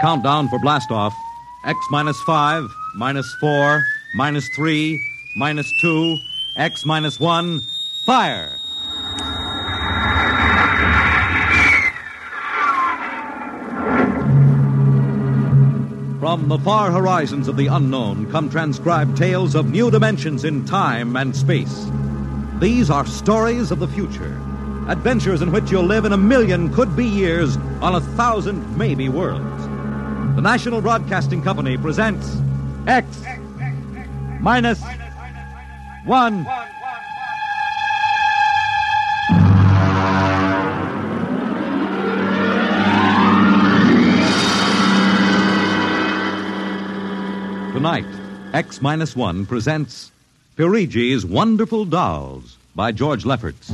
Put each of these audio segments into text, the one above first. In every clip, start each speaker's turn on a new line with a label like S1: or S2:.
S1: Countdown for blastoff. X minus 5, minus 4, minus 3, minus 2, X minus 1, fire! From the far horizons of the unknown come transcribed tales of new dimensions in time and space. These are stories of the future, adventures in which you'll live in a million could be years on a thousand maybe worlds. The National Broadcasting Company presents X minus one. Tonight, X minus one presents Pirigi's Wonderful Dolls by George Lefferts.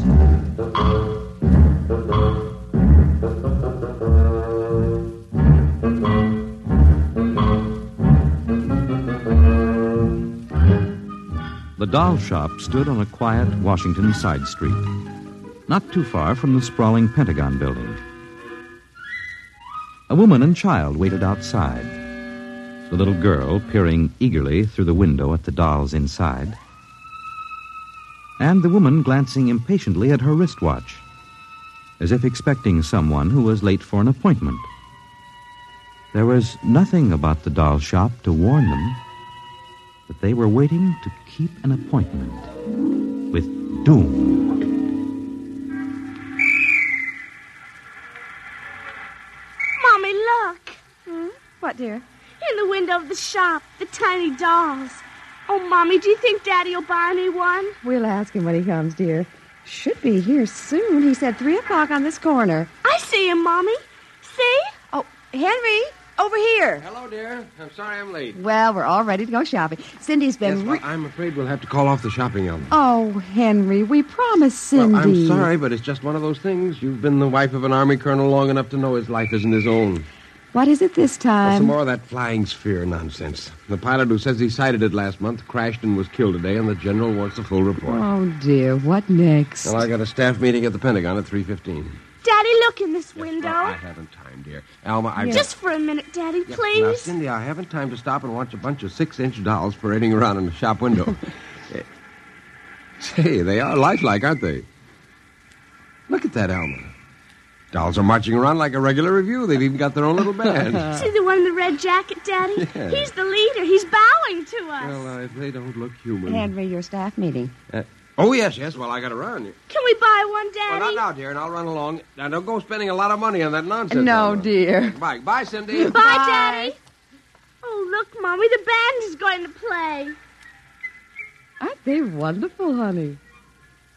S1: The doll shop stood on a quiet Washington side street, not too far from the sprawling Pentagon building. A woman and child waited outside. The little girl peering eagerly through the window at the dolls inside, and the woman glancing impatiently at her wristwatch, as if expecting someone who was late for an appointment. There was nothing about the doll shop to warn them that they were waiting to keep an appointment with doom.
S2: Mommy, look!
S3: Hmm? What, dear?
S2: In the window of the shop, the tiny dolls. Oh, Mommy, do you think Daddy'll buy me one?
S3: We'll ask him when he comes, dear. Should be here soon. He said three o'clock on this corner.
S2: I see him, Mommy. See?
S3: Oh, Henry, over here.
S4: Hello, dear. I'm sorry I'm late.
S3: Well, we're all ready to go shopping. Cindy's been.
S4: Yes,
S3: re-
S4: well, I'm afraid we'll have to call off the shopping element.
S3: oh, Henry, we promised Cindy.
S4: Well, I'm sorry, but it's just one of those things. You've been the wife of an army colonel long enough to know his life isn't his own.
S3: What is it this
S4: Well,
S3: time?
S4: some more of that flying sphere nonsense. The pilot who says he sighted it last month crashed and was killed today, and the general wants the full report.
S3: Oh dear, what next?
S4: Well, I got a staff meeting at the Pentagon at three fifteen.
S2: Daddy, look in this window.
S4: I haven't time, dear. Alma, I
S2: Just for a minute, Daddy,
S4: Yes, Now,
S2: please.
S4: Cindy, I haven't time to stop and watch a bunch of six-inch dolls parading around in the shop window. Eh, Say, they are lifelike, aren't they? Look at that, Alma. Dolls are marching around like a regular review. They've even got their own little band. well,
S2: see the one in the red jacket, Daddy?
S4: Yeah.
S2: He's the leader. He's bowing to us.
S4: uh, if they don't look human.
S3: Henry, your staff meeting.
S4: Uh, oh, yes, yes. Well, I got to run.
S2: Can we buy one,
S4: Well,
S2: Daddy?
S4: not now, dear, and I'll run along. Now, don't go spending a lot of money on that nonsense.
S3: no,
S4: Alma.
S3: dear.
S4: Bye. Bye, Cindy.
S2: Bye,
S3: Bye.
S2: Daddy. Oh, look, Mommy, the band is going to play.
S3: Aren't they wonderful, honey?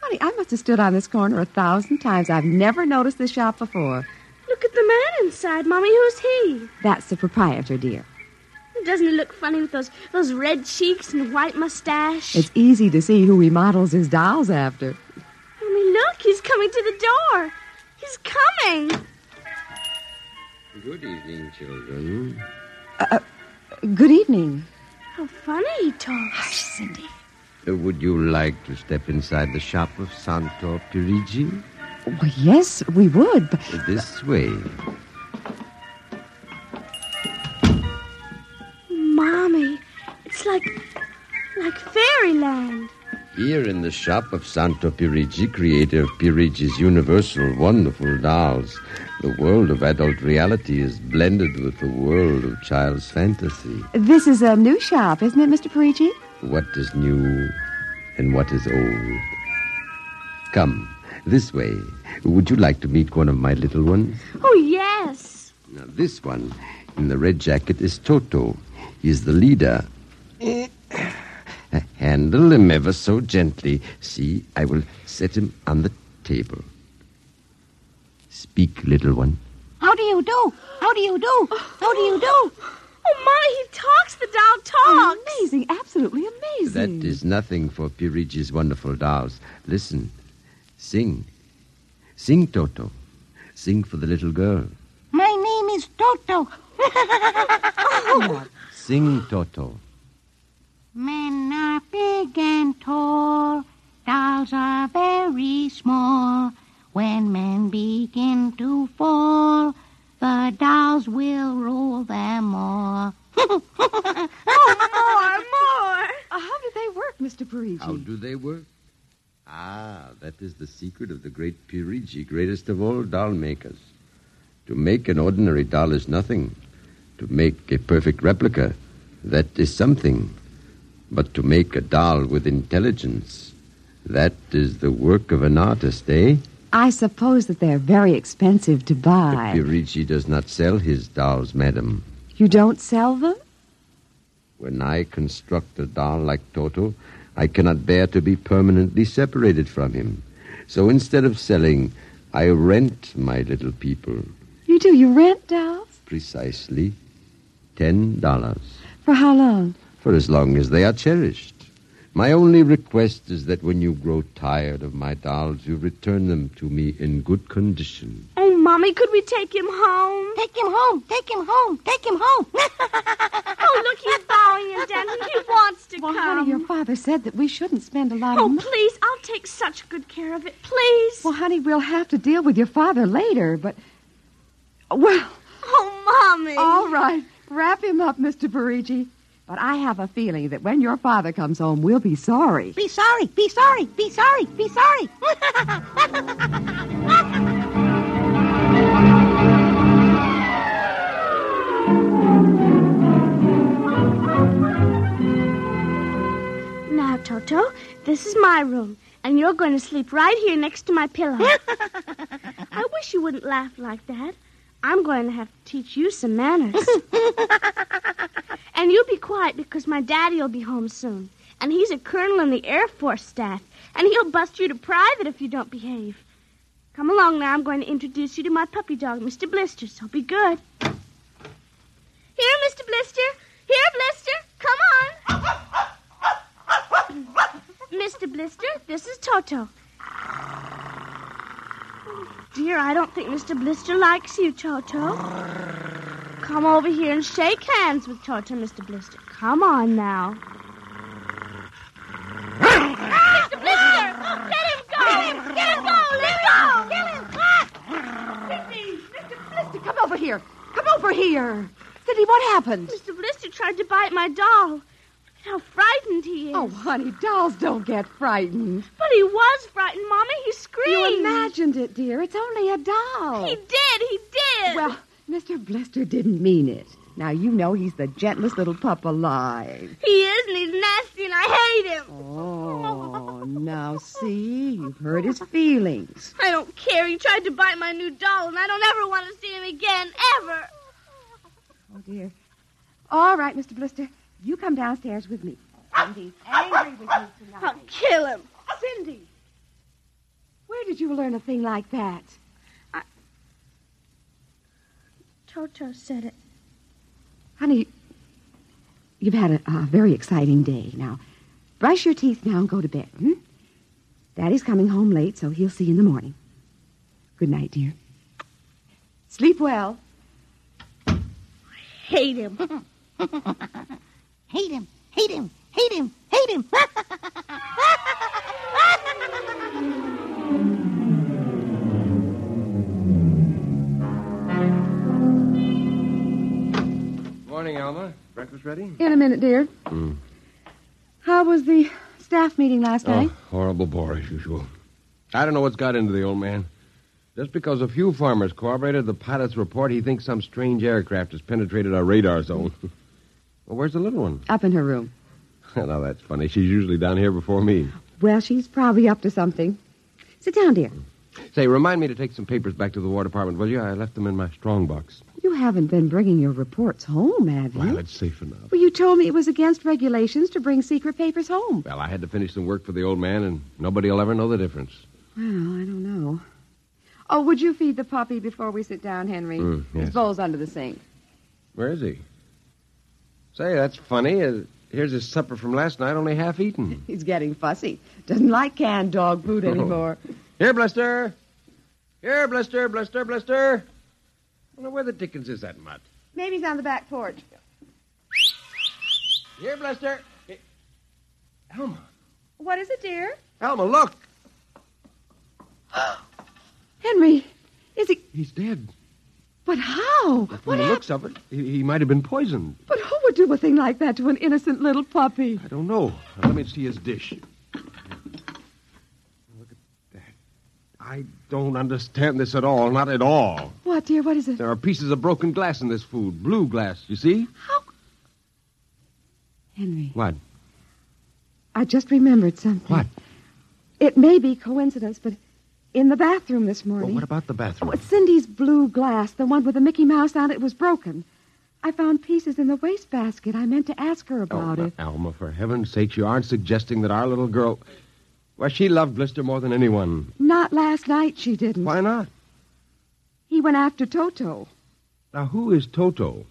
S3: Honey, I must have stood on this corner a thousand times. I've never noticed this shop before.
S2: Look at the man inside, Mommy. Who's he?
S3: That's the proprietor, dear.
S2: Doesn't he look funny with those those red cheeks and white mustache?
S3: It's easy to see who he models his dolls after.
S2: Mommy, look, he's coming to the door. He's coming.
S4: Good evening, children.
S3: Good evening.
S2: How funny he talks.
S3: Cindy.
S4: would you like to step inside the shop of Santo Pirigi?
S3: Well, yes, we would. But
S4: This way.
S2: Mommy, it's like like fairyland.
S4: Here in the shop of Santo Pirigi, creator of Pirigi's universal wonderful dolls, the world of adult reality is blended with the world of child's fantasy.
S3: this is a new shop, isn't it, Mr. Parigi?
S4: What is new and what is old? Come, this way. Would you like to meet one of my little ones?
S2: Oh yes.
S4: Now, this one in the red jacket is Toto. He's the leader. Eh, Handle him ever so gently. See, I will set him on the table. Speak, little one.
S5: How do you do? How do you do? How do Oh, you do?
S2: Oh my, he talks. The doll talks.
S3: Amazing, absolutely
S4: That
S3: amazing.
S4: is nothing for Pirigi's wonderful dolls. Listen. Sing. Sing, Toto. Sing for the little girl.
S5: My name is Toto.
S4: Sing, Toto.
S5: Men are big and tall. Dolls are very small. When men begin to fall, the dolls will roll them
S3: Uh, Hmm.
S6: Ah, That is the secret of the great Pirigi, greatest of all doll makers. To make an ordinary doll is nothing. To make a perfect replica, that is something. But to make a doll with intelligence, that is the work of an artist, eh?
S3: I suppose that they're very expensive to buy.
S6: Pirigi does not sell his dolls, madam.
S3: You don't sell them?
S6: When I construct a doll like Toto, I cannot bear to be permanently separated from him. So instead of selling, I rent my little people.
S3: You do. You rent dolls?
S6: Precisely ten dollars
S3: For how long?
S6: for as long as they are cherished. My only request is that when you grow tired of my dolls, you return them to me in good condition.
S2: Oh, Mommy, could we take him home?
S5: Take him home. Take him home. Take him home.
S2: Oh, look, he's bowing and dancing. He wants to
S3: Well,
S2: come.
S3: honey, your father said that we shouldn't spend a lot of
S2: Oh,
S3: money.
S2: please, I'll take such good care of it. Please.
S3: Well, honey, we'll have to deal with your father later, but. Well,
S2: Oh, Mommy.
S3: all right. Wrap him up, Mr. Parigi. But I have a feeling that when your father comes home, we'll be sorry.
S5: be sorry. Be sorry. Be sorry. Be sorry.
S2: Now, Toto, this is my room, and you're going to sleep right here next to my pillow. I wish you wouldn't laugh like that. I'm going to have to teach you some manners. and you be quiet because my daddy will be home soon, and he's a colonel in the Air Force staff, and he'll bust you to private if you don't behave. Come along now, I'm going to introduce you to my puppy dog, Mr. Blister, so be good. Here, Mr. Blister. Here, Blister. Come on. Mr. Blister, this is Toto. Dear, I don't think Mr. Blister likes you, Toto. Come over here and shake hands with Toto, Mr. Blister. Come on now. Ah, Mr. Blister! Let him go! Let him, let him go! Let him go! Let him Ah! go!
S3: Mr. Blister, come over here. Come over here. Sidney, what happened?
S2: Mr. Blister tried to bite my doll. Look How frightened he is.
S3: Oh, honey, dolls don't get frightened.
S2: But he was frightened, Mama. He screamed.
S3: You imagined it, dear. It's only a doll.
S2: He did. He did.
S3: Well, Mr. Blister didn't mean it. Now, you know he's the gentlest little pup alive.
S2: He is, and he's nasty, and I hate him.
S3: Oh, now see, you've hurt his feelings.
S2: I don't care. He tried to bite my new doll, and I don't ever want to see him again, ever.
S3: Oh, dear. All right, Mr. Blister, you come downstairs with me. Cindy's angry with you
S2: I'll
S3: tonight.
S2: kill him.
S3: Cindy! Where did you learn a thing like that?
S2: Toto said it.
S3: Honey, you've had a, a very exciting day. Now, brush your teeth now and go to bed. Hmm? Daddy's coming home late, so he'll see you in the morning. Good night, dear. Sleep well.
S2: Hate him.
S5: Hate him. Hate him. Hate him. Hate him. Ah!
S4: Morning, Alma. Breakfast ready?
S3: In a minute, dear. How was the staff meeting last night?
S4: Oh, horrible bore as usual. I don't know what's got into the old man. Just because a few farmers corroborated the pilot's report, he thinks some strange aircraft has penetrated our radar zone. well, where's the little one?
S3: Up in her room.
S4: now, that's funny. She's usually down here before me.
S3: Well, she's probably up to something. Sit down, dear.
S4: Say, remind me to take some papers back to the War Department, will you? I left them in my strongbox.
S3: You haven't been bringing your reports home, have you?
S4: Well, it's safe enough.
S3: Well, you told me it was against regulations to bring secret papers home.
S4: Well, I had to finish some work for the old man, and nobody will ever know the difference.
S3: Well, I don't know. Oh, would you feed the puppy before we sit down, Henry?
S4: Mm, yes.
S3: His bowl's under the sink.
S4: Where is he? Say, that's funny. Uh, here's his supper from last night, only half eaten.
S3: He's getting fussy. Doesn't like canned dog
S4: Oh.
S3: food anymore.
S4: Here, Blister. Here, Blister, Blister, Blister. Well, where the dickens is that mutt?
S3: Maybe he's on the back porch.
S4: Here, Blister. Hey, Alma.
S3: What is it, dear?
S4: Alma, look.
S3: Henry, is he?
S4: He's dead.
S3: But how?
S4: From
S3: What
S4: the
S3: happened?
S4: looks of it, he, he might have been poisoned.
S3: But who would do a thing like that to an innocent little puppy?
S4: I don't know. Let me see his dish. Look at I don't understand this at all. Not at all.
S3: What, dear? What is it?
S4: There are pieces of broken glass in this food. Blue glass, you see?
S3: Henry,
S4: What?
S3: I just remembered something.
S4: What?
S3: It may be coincidence, but in the bathroom this morning.
S4: Well, what about the bathroom?
S3: Oh, Cindy's blue glass, the one with the Mickey Mouse on it, was broken. I found pieces in the wastebasket. I meant to ask her about
S4: Oh, Alma,
S3: it.
S4: Alma, for heaven's sake, you aren't suggesting that our little girl. Well, she loved Blister more than anyone.
S3: Not last night, she didn't.
S4: Why not?
S3: He went after Toto.
S4: Now, who is Toto?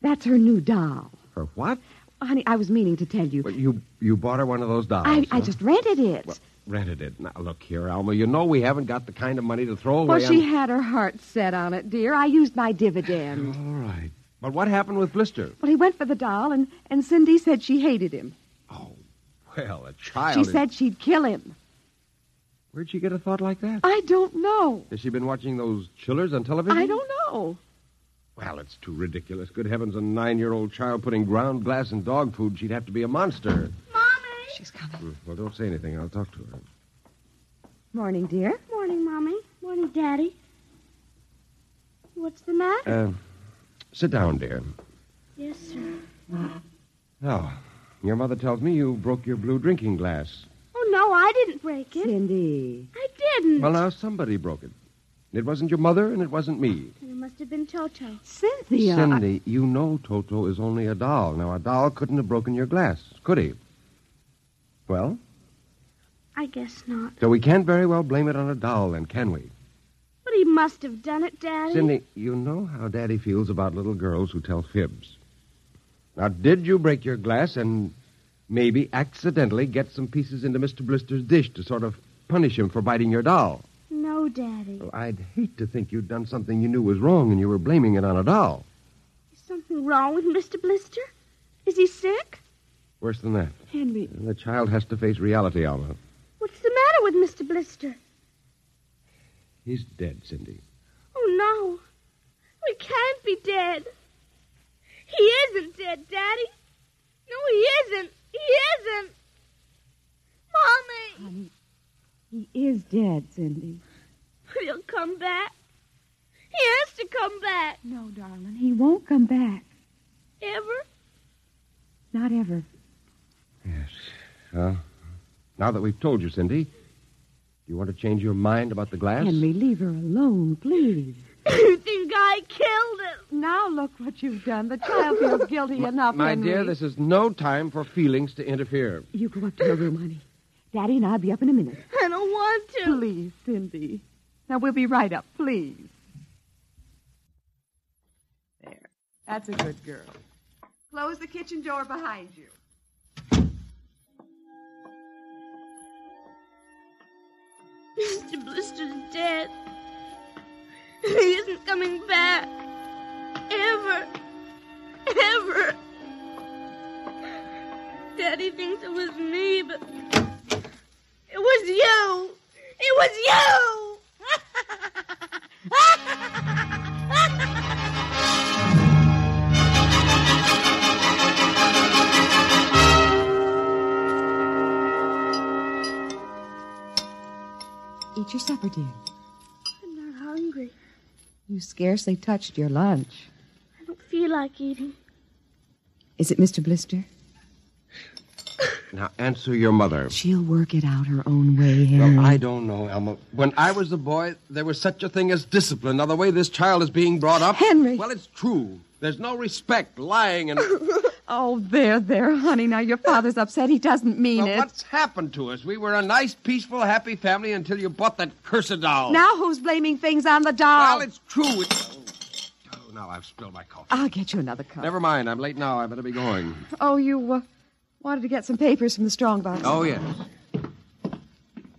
S3: That's her new doll.
S4: Her what?
S3: Honey, I was meaning to tell you.
S4: Well, you you bought her one of those dolls.
S3: I, I
S4: huh?
S3: just rented it.
S4: Well, rented it. Now look here, Alma. You know we haven't got the kind of money to throw away.
S3: well, she
S4: on-
S3: had her heart set on it, dear. I used my dividend.
S4: All right. But what happened with Blister?
S3: well, he went for the doll, and, and Cindy said she hated him.
S4: Oh, well, a child.
S3: she
S4: is-
S3: said she'd kill him.
S4: Where'd she get a thought like that?
S3: I don't know.
S4: Has she been watching those chillers on television?
S3: I don't know.
S4: Well, it's too ridiculous. Good heavens, a nine-year-old child putting ground glass in dog food. She'd have to be a monster.
S3: She's coming.
S4: Hmm, Well, don't say anything. I'll talk to her.
S3: Morning, dear.
S2: Morning, Mommy. Morning, Daddy. What's the matter?
S4: Uh, sit down, dear.
S2: yes, sir.
S4: Now, your mother tells me you broke your blue drinking glass.
S2: Oh, no, I didn't break it.
S3: Cindy.
S2: I didn't.
S4: Well, uh- now somebody broke it. It wasn't your mother, and it wasn't me.
S2: Then It must have been Toto.
S3: Cynthia.
S4: Cindy, you know Toto is only a doll. Now, a doll couldn't have broken your glass, could he? Well,
S2: I guess not.
S4: so we can't very well blame it on a doll, then, can we?
S2: But he must have done it, Daddy.
S4: Cindy, you know how Daddy feels about little girls who tell fibs. Now, did you break your glass and maybe accidentally get some pieces into Mr. Blister's dish to sort of punish him for biting your doll?
S2: No, Daddy.
S4: Well, I'd hate to think you'd done something you knew was wrong and you were blaming it on a doll.
S2: Is something wrong with Mr. Blister? Is he sick?
S4: Worse than that,
S3: Henry.
S4: the child has to face reality, Alma.
S2: What's the matter with Mr. Blister?
S4: He's dead, Cindy.
S2: Oh, no. He can't be dead. He isn't dead, Daddy. No, he isn't. He isn't. Mommy.
S3: He is dead, Cindy.
S2: But he'll come back. He has to come back.
S3: No, darling. He won't come back.
S2: Ever?
S3: Not ever.
S4: Yes. Well, now that we've told you, Cindy, do you want to change your mind about the glass?
S3: Henry, leave her alone, please.
S2: you think I killed him?
S3: Now look what you've done. The child feels guilty enough,
S4: My
S3: Henry.
S4: dear, this is no time for feelings to interfere.
S3: You go up to her room, honey. Daddy and I'll be up in a minute.
S2: I don't want to.
S3: Please, Cindy. Now we'll be right up, please. There. That's a good girl. Close the kitchen door behind you.
S2: Mr. Blister's dead. He isn't coming back. Ever. Ever. Daddy thinks it was me, but it was you. It was you.
S3: Eat your supper, dear.
S2: I'm not hungry.
S3: You scarcely touched your lunch.
S2: I don't feel like eating.
S3: Is it Mr. Blister?
S4: Now, answer your mother.
S3: She'll work it out her own way, Henry.
S4: Well, I don't know, Elma. When I was a boy, there was such a thing as discipline. Now, the way this child is being brought up.
S3: Henry.
S4: Well, it's true. There's no respect, lying, and.
S3: Oh, there, there, honey. Now your father's upset. He doesn't mean
S4: Well,
S3: it.
S4: what's happened to us? We were a nice, peaceful, happy family until you bought that cursed doll.
S3: Now who's blaming things on the doll?
S4: Well, it's true. It's... Oh, now I've spilled my coffee.
S3: I'll get you another cup.
S4: Never mind. I'm late now. I better be going.
S3: Oh, you uh, wanted to get some papers from the strong box.
S4: Oh, yes.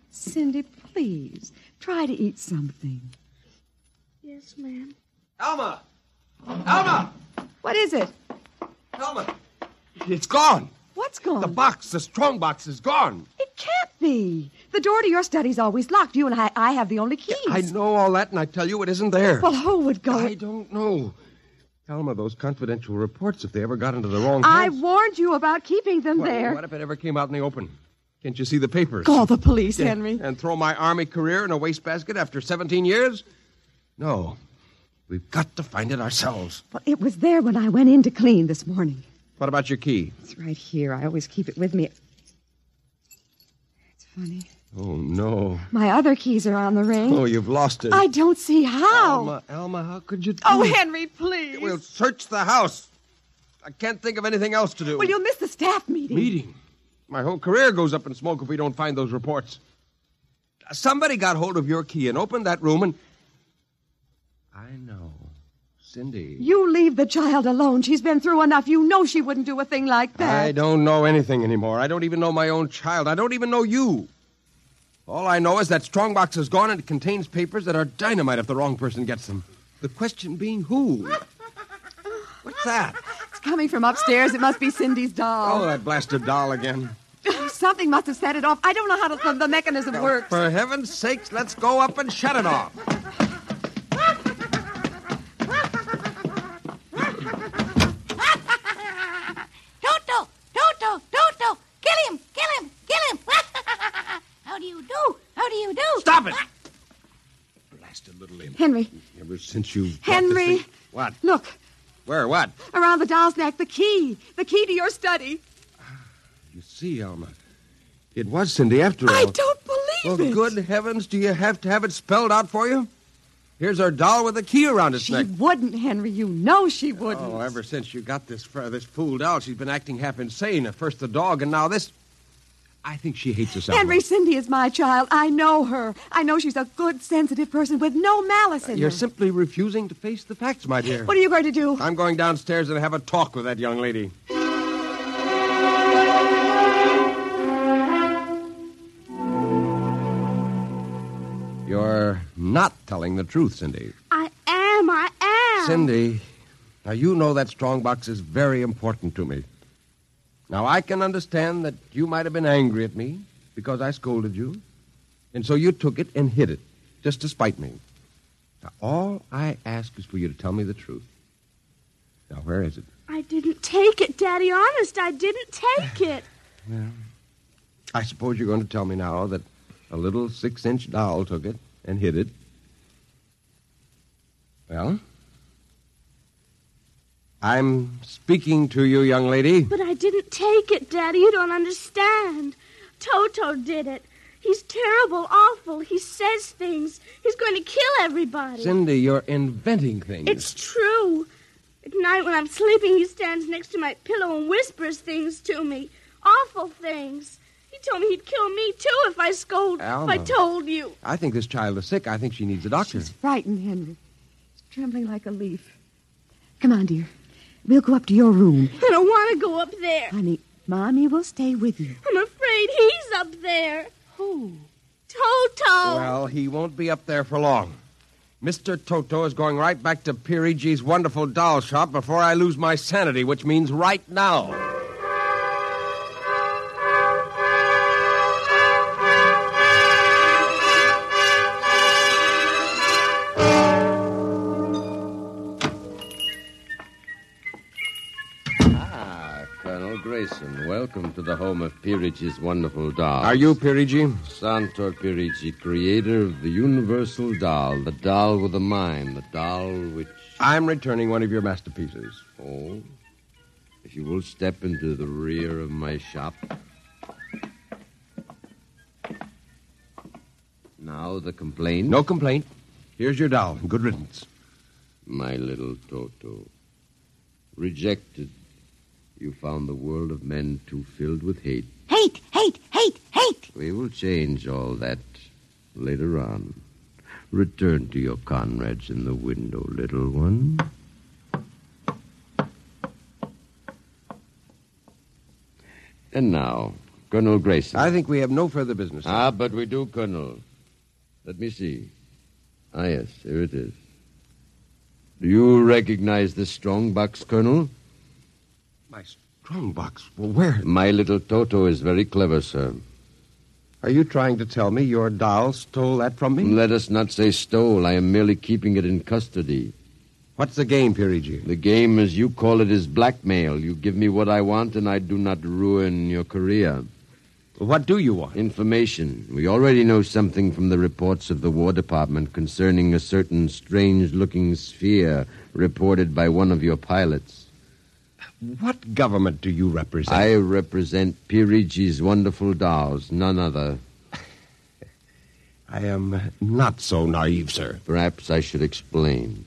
S3: Cindy, please try to eat something.
S2: Yes, ma'am.
S4: Alma! Alma!
S3: What is it?
S4: Alma! It's gone.
S3: What's gone?
S4: The box, the strong box, is gone.
S3: It can't be. The door to your study's always locked. You and I, I have the only keys.
S4: I know all that, and I tell you it isn't there.
S3: Well, who would go?
S4: I don't know. Alma, those confidential reports, if they ever got into the wrong
S3: I
S4: hands-
S3: warned you about keeping them
S4: Well,
S3: there.
S4: What if it ever came out in the open? Can't you see the papers?
S7: Call the police, Henry.
S4: And throw my army career in a wastebasket after 17 years? No. We've got to find it ourselves.
S3: Well, it was there when I went in to clean this morning.
S4: What about your key?
S3: It's right here. I always keep it with me. It's funny.
S4: Oh, no.
S3: My other keys are on the ring.
S4: Oh, you've lost it.
S3: I don't see how.
S4: Alma, Alma, how could you do
S7: Oh, Henry, please.
S4: We'll search the house. I can't think of anything else to do.
S3: Well, you'll miss the staff meeting.
S4: Meeting. My whole career goes up in smoke if we don't find those reports. Somebody got hold of your key and opened that room and. I know. Cindy.
S3: You leave the child alone. She's been through enough. You know she wouldn't do a thing like that.
S4: I don't know anything anymore. I don't even know my own child. I don't even know you. All I know is that strong box is gone and it contains papers that are dynamite if the wrong person gets them. The question being who? What's that?
S3: It's coming from upstairs. It must be Cindy's
S4: Oh,
S3: doll.
S4: that blasted doll again. Oh.
S3: Something must have set it off. I don't know how the, the mechanism works.
S4: For heaven's sakes, let's go up and shut it off.
S5: Toto, Toto, Toto. Kill him, kill him, kill him. Ah! How do you do? How do you do?
S4: Stop it! Blasted little imp.
S3: Henry,
S4: Ever since you. brought
S3: Henry.
S4: this thing- What?
S3: look.
S4: Where? What?
S3: Around the doll's neck, the key. The key to your study.
S4: You see, Alma. It was Cindy after all.
S3: I don't believe
S4: Well,
S3: it.
S4: good heavens, do you have to have it spelled out for you? Here's our doll with a key around its
S3: She
S4: neck.
S3: wouldn't, Henry. You know she wouldn't.
S4: Oh, ever since you got this fra- this fool doll, she's been acting half insane. First the dog, and now this. I think she hates us. Alma.
S3: Henry, Cindy is my child. I know her. I know she's a good, sensitive person with no malice in
S4: you're
S3: her.
S4: simply refusing to face the facts, my dear.
S3: What are you going to do?
S4: I'm going downstairs and have a talk with that young lady. You're not telling the truth, Cindy.
S2: I am, I am.
S4: Cindy, now you know that strong box is very important to me. Now I can understand that you might have been angry at me because I scolded you, and so you took it and hid it just to spite me. Now all I ask is for you to tell me the truth. Now where is it?
S2: I didn't take it, Daddy. Honest, I didn't take it.
S4: I suppose you're going to tell me now that a little six-inch doll took it and hid it. Well, I'm speaking to you, young lady.
S2: But I didn't take it, Daddy. You don't understand. Toto did it. He's terrible, awful. He says things. He's going to kill everybody.
S4: Cindy, you're inventing things.
S2: It's true. At night when I'm sleeping, he stands next to my pillow and whispers things to me. Awful things. He told me he'd kill me, too, if I scold. If I
S4: Alma.
S2: told you.
S4: I think this child is sick. I think she needs a doctor.
S3: She's frightened, Henry. She's trembling like a leaf. Come on, dear. We'll go up to your room.
S2: I don't want to go up there.
S3: Honey, Mommy will stay with you.
S2: I'm afraid he's up there.
S3: Who?
S2: Toto.
S4: Well, he won't be up there for long. Mr. Toto is going right back to Pirigi's wonderful doll shop before I lose my sanity, which means right now.
S6: Ah, Colonel Grayson, welcome to the home of Peerage's wonderful doll.
S4: Are you Pirigi?
S6: Santor Pirigi, creator of the universal doll, the doll with a mind, the doll which.
S4: I'm returning one of your masterpieces.
S6: Oh. If you will step into the rear of my shop. Now the complaint.
S4: No complaint. Here's your doll. Good riddance.
S6: My little Toto. Rejected. You found the world of men too filled with hate.
S5: Hate, hate, hate, hate.
S6: We will change all that later on. Return to your comrades in the window, little one. And now, Colonel Grayson.
S4: I think we have no further business.
S6: Ah, but we do, Colonel. Let me see. Ah, yes, here it is. Do you recognize this strong box, Colonel?
S4: my strong box. Well, where?
S6: My little Toto is very clever, sir.
S4: Are you trying to tell me your doll stole that from me?
S6: Let us not say stole. I am merely keeping it in custody.
S4: What's the game, Pirigi?
S6: The game, as you call it, is blackmail. You give me what I want, and I do not ruin your career.
S4: What do you want?
S6: Information. We already know something from the reports of the War Department concerning a certain strange looking sphere reported by one of your pilots.
S4: What government do you represent?
S6: I represent Pirigi's wonderful dolls, none other.
S4: I am not so naive, sir.
S6: Perhaps I should explain.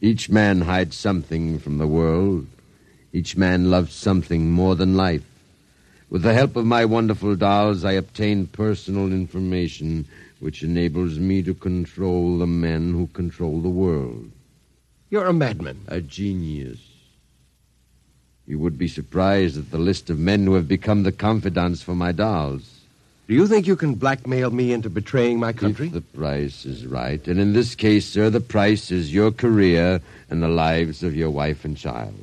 S6: Each man hides something from the world. Each man loves something more than life. With the help of my wonderful dolls, I obtain personal information which enables me to control the men who control the world.
S4: You're a madman.
S6: A genius. You would be surprised at the list of men who have become the confidants for my dolls.
S4: Do you think you can blackmail me into betraying my country?
S6: If the price is right. And in this case, sir, the price is your career and the lives of your wife and child.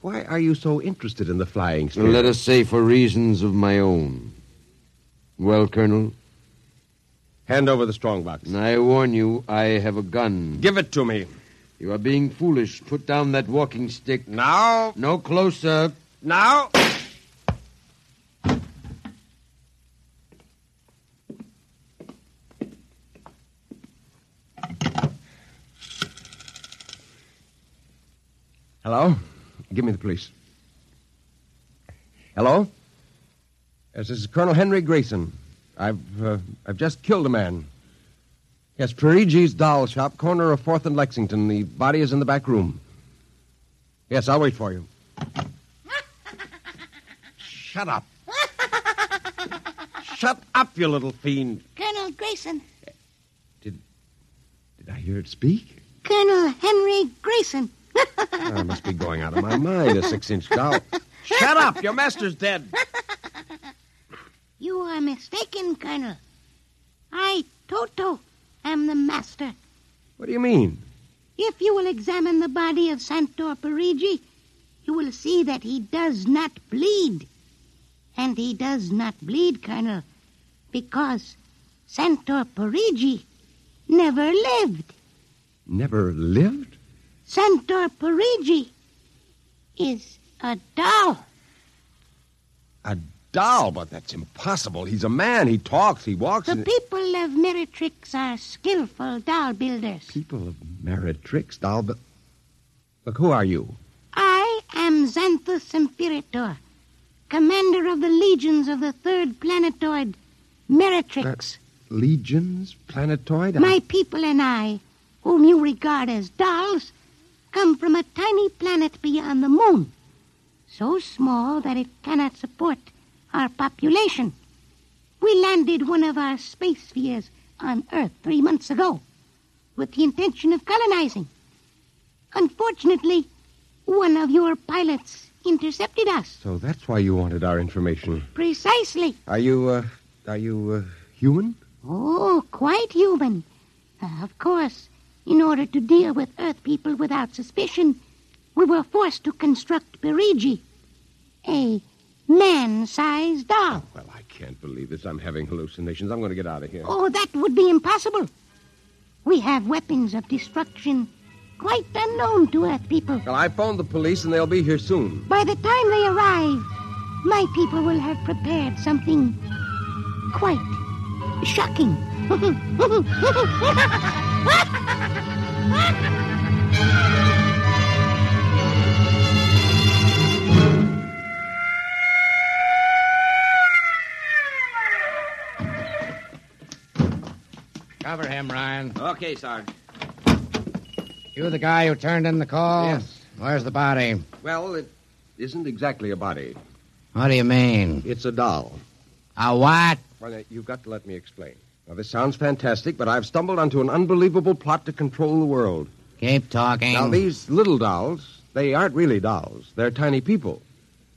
S4: Why are you so interested in the flying sphere?
S6: Let us say for reasons of my own. Well, Colonel,
S4: Hand over the strongbox.
S6: I warn you, I have a gun.
S4: Give it to me.
S6: You are being foolish. Put down that walking stick.
S4: Now.
S6: No closer.
S4: Now. Hello? Give me the police. Hello? Yes, this is Colonel Henry Grayson. I've uh, I've just killed a man. Yes, Parigi's doll shop, corner of Fourth and Lexington. The body is in the back room. Yes, I'll wait for you. Shut up. Shut up, you little fiend.
S5: Colonel Grayson.
S4: Did I hear it speak?
S5: Colonel Henry Grayson.
S4: I must be going out of my mind, a six inch doll. Shut up! Your master's dead.
S5: You are mistaken, Colonel. I, Toto, am the master.
S4: What do you mean?
S5: If you will examine the body of Santor Parigi, you will see that he does not bleed. And he does not bleed, Colonel, because Santor Parigi never lived.
S4: Never lived?
S5: Santor Parigi is a doll.
S4: A doll, but that's impossible. He's a man. He talks, he walks.
S5: The
S4: and-
S5: people of Meritrix are skillful doll builders.
S4: People of Meritrix, doll, but. Look, who are you?
S5: I am Xanthus Imperator, commander of the legions of the third planetoid, Meritrix.
S4: Legions? Planetoid?
S5: My people and I, whom you regard as dolls, come from a tiny planet beyond the moon, so small that it cannot support our population. We landed one of our space spheres on Earth three months ago with the intention of colonizing. Unfortunately, one of your pilots intercepted us.
S4: So that's why you wanted our information.
S5: Precisely.
S4: Are you, uh, are you, uh, human?
S5: Oh, quite human. Uh, of course, in order to deal with Earth people without suspicion, we were forced to construct Perigi, a man sized doll.
S4: Well, I can't believe this. I'm having hallucinations. I'm going to get out of here.
S5: Oh, that would be impossible. We have weapons of destruction quite unknown to Earth people.
S4: Well, I phoned the police, and they'll be here soon.
S5: By the time they arrive, my people will have prepared something quite shocking.
S8: Cover him, Ryan.
S9: Okay, Sarge.
S8: You the guy who turned in the call?
S4: Yes.
S8: Where's the body?
S4: Well, it isn't exactly a body.
S8: What do you mean?
S4: It's a doll.
S8: A what?
S4: Well, now, you've got to let me explain. Now, this sounds fantastic, but I've stumbled onto an unbelievable plot to control the world.
S8: Keep talking.
S4: Now, these little dolls, they aren't really dolls. They're tiny people.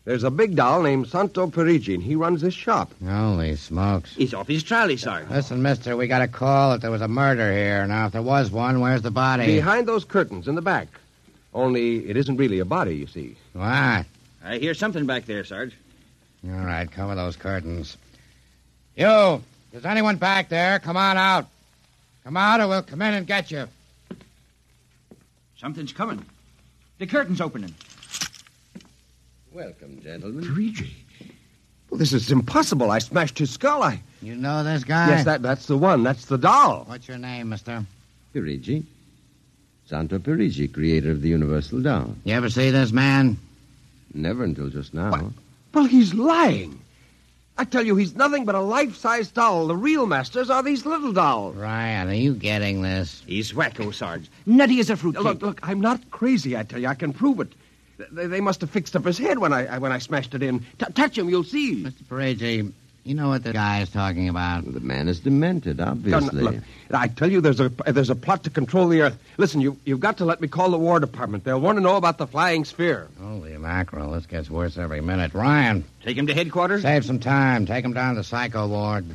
S4: There's a big doll named Santo Parigi, and he runs this shop.
S8: Holy smokes.
S9: He's off his trolley, Sarge.
S8: Listen, mister, we got a call that there was a murder here. Now, if there was one, where's the body?
S4: Behind those curtains in the back. Only it isn't really a body, you see.
S8: What?
S9: I hear something back there, Sarge.
S8: All right, cover those curtains. You! Is anyone back there? Come on out. Come out or we'll come in and get you.
S9: Something's coming. The curtain's opening.
S6: Welcome, gentlemen.
S4: Parigi. Well, this is impossible. I smashed his skull. I.
S8: You know this guy?
S4: Yes, that, that's the one. That's the doll.
S8: What's your name, mister?
S6: Parigi. Santo Parigi, creator of the Universal Doll.
S8: You ever see this man?
S6: Never until just now.
S4: What? Well, he's lying. I tell you, he's nothing but a life size doll. The real masters are these little dolls.
S8: Ryan, are you getting this?
S9: He's wacko, Sarge. Nutty as a fruitcake.
S4: Look, look, I'm not crazy, I tell you. I can prove it. They, they must have fixed up his head when I, I- when I smashed it in. T- touch him, you'll see.
S8: Mr. Parigi, you know what the guy is talking about.
S6: The man is demented, obviously.
S4: Look, I tell you, there's a there's a plot to control the earth. Listen, you you've got to let me call the War Department. They'll want to know about the flying sphere.
S8: Holy mackerel, this gets worse every minute. Ryan,
S9: Take him to headquarters?
S8: save some time. Take him down to Psycho Ward.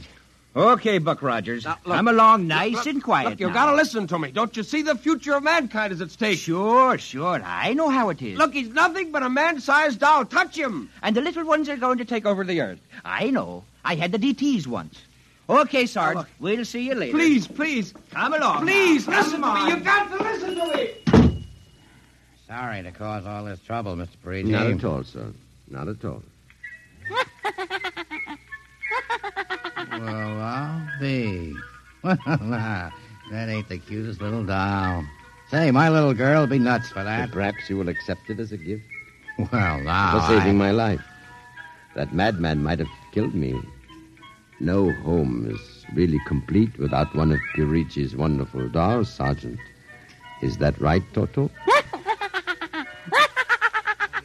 S9: Okay, Buck Rogers.
S4: Now, look-
S9: Come along nice
S4: Look,
S9: and quiet.
S4: Look, you've
S9: now.
S4: got to listen to me. Don't you see the future of mankind is at stake?
S9: Sure, sure. I know how it is.
S4: Look, he's nothing but a man-sized doll. Touch him.
S9: and the little ones are going to take over the earth. I know. I had the DTs once. Okay, Sarge.
S4: Now, look.
S9: we'll see you later.
S4: Please, please,
S9: Come along.
S4: please,
S9: now.
S4: listen to
S9: Come
S4: me.
S9: on.
S4: You've got to listen to me.
S8: Sorry to cause all this trouble, Mr. Parigi.
S6: Not at all, sir. Not at all.
S8: Well, I'll be. Well, uh, that ain't the cutest little doll. Say, my little girl'll be nuts for that.
S6: But perhaps you will accept it as a gift
S8: Well, now.
S6: for saving my life. That madman might have killed me. No home is really complete without one of Pirigi's wonderful dolls, Sergeant. Is that right, Toto?
S8: I-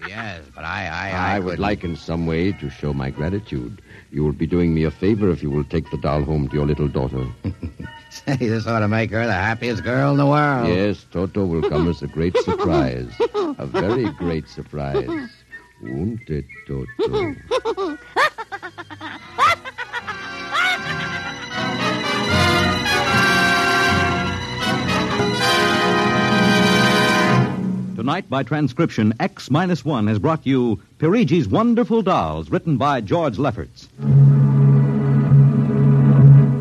S8: Yes, but I. I,
S6: I would
S8: couldn't-
S6: like in some way to show my gratitude. You will be doing me a favor if you will take the doll home to your little daughter.
S8: Oh. Say, this ought to make her the happiest girl in the world.
S6: Yes, Toto will come as a great surprise. A very great surprise. Won't it, Toto?
S1: Tonight, by transcription, X minus one has brought you Pirigi's Wonderful Dolls, written by George Lefferts.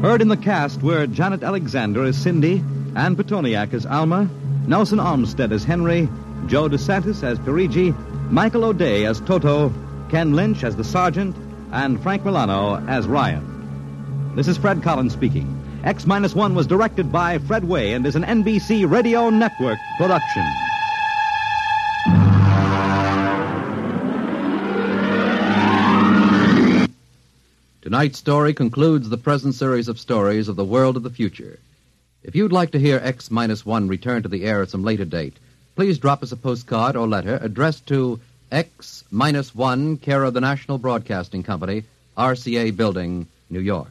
S1: Heard in the cast were Janet Alexander as Cindy, Ann Petoniak as Alma, Nelson Olmsted as Henry, Joe DeSantis as Pirigi, Michael O'Day as Toto, Ken Lynch as the Sergeant, and Frank Milano as Ryan. This is Fred Collins speaking. X minus one was directed by Fred Way and is an NBC Radio Network production.
S10: Tonight's story concludes the present series of stories of the world of the future. If you'd like to hear X minus one return to the air at some later date, please drop us a postcard or letter addressed to X minus one, care of the National Broadcasting Company, RCA Building, New York.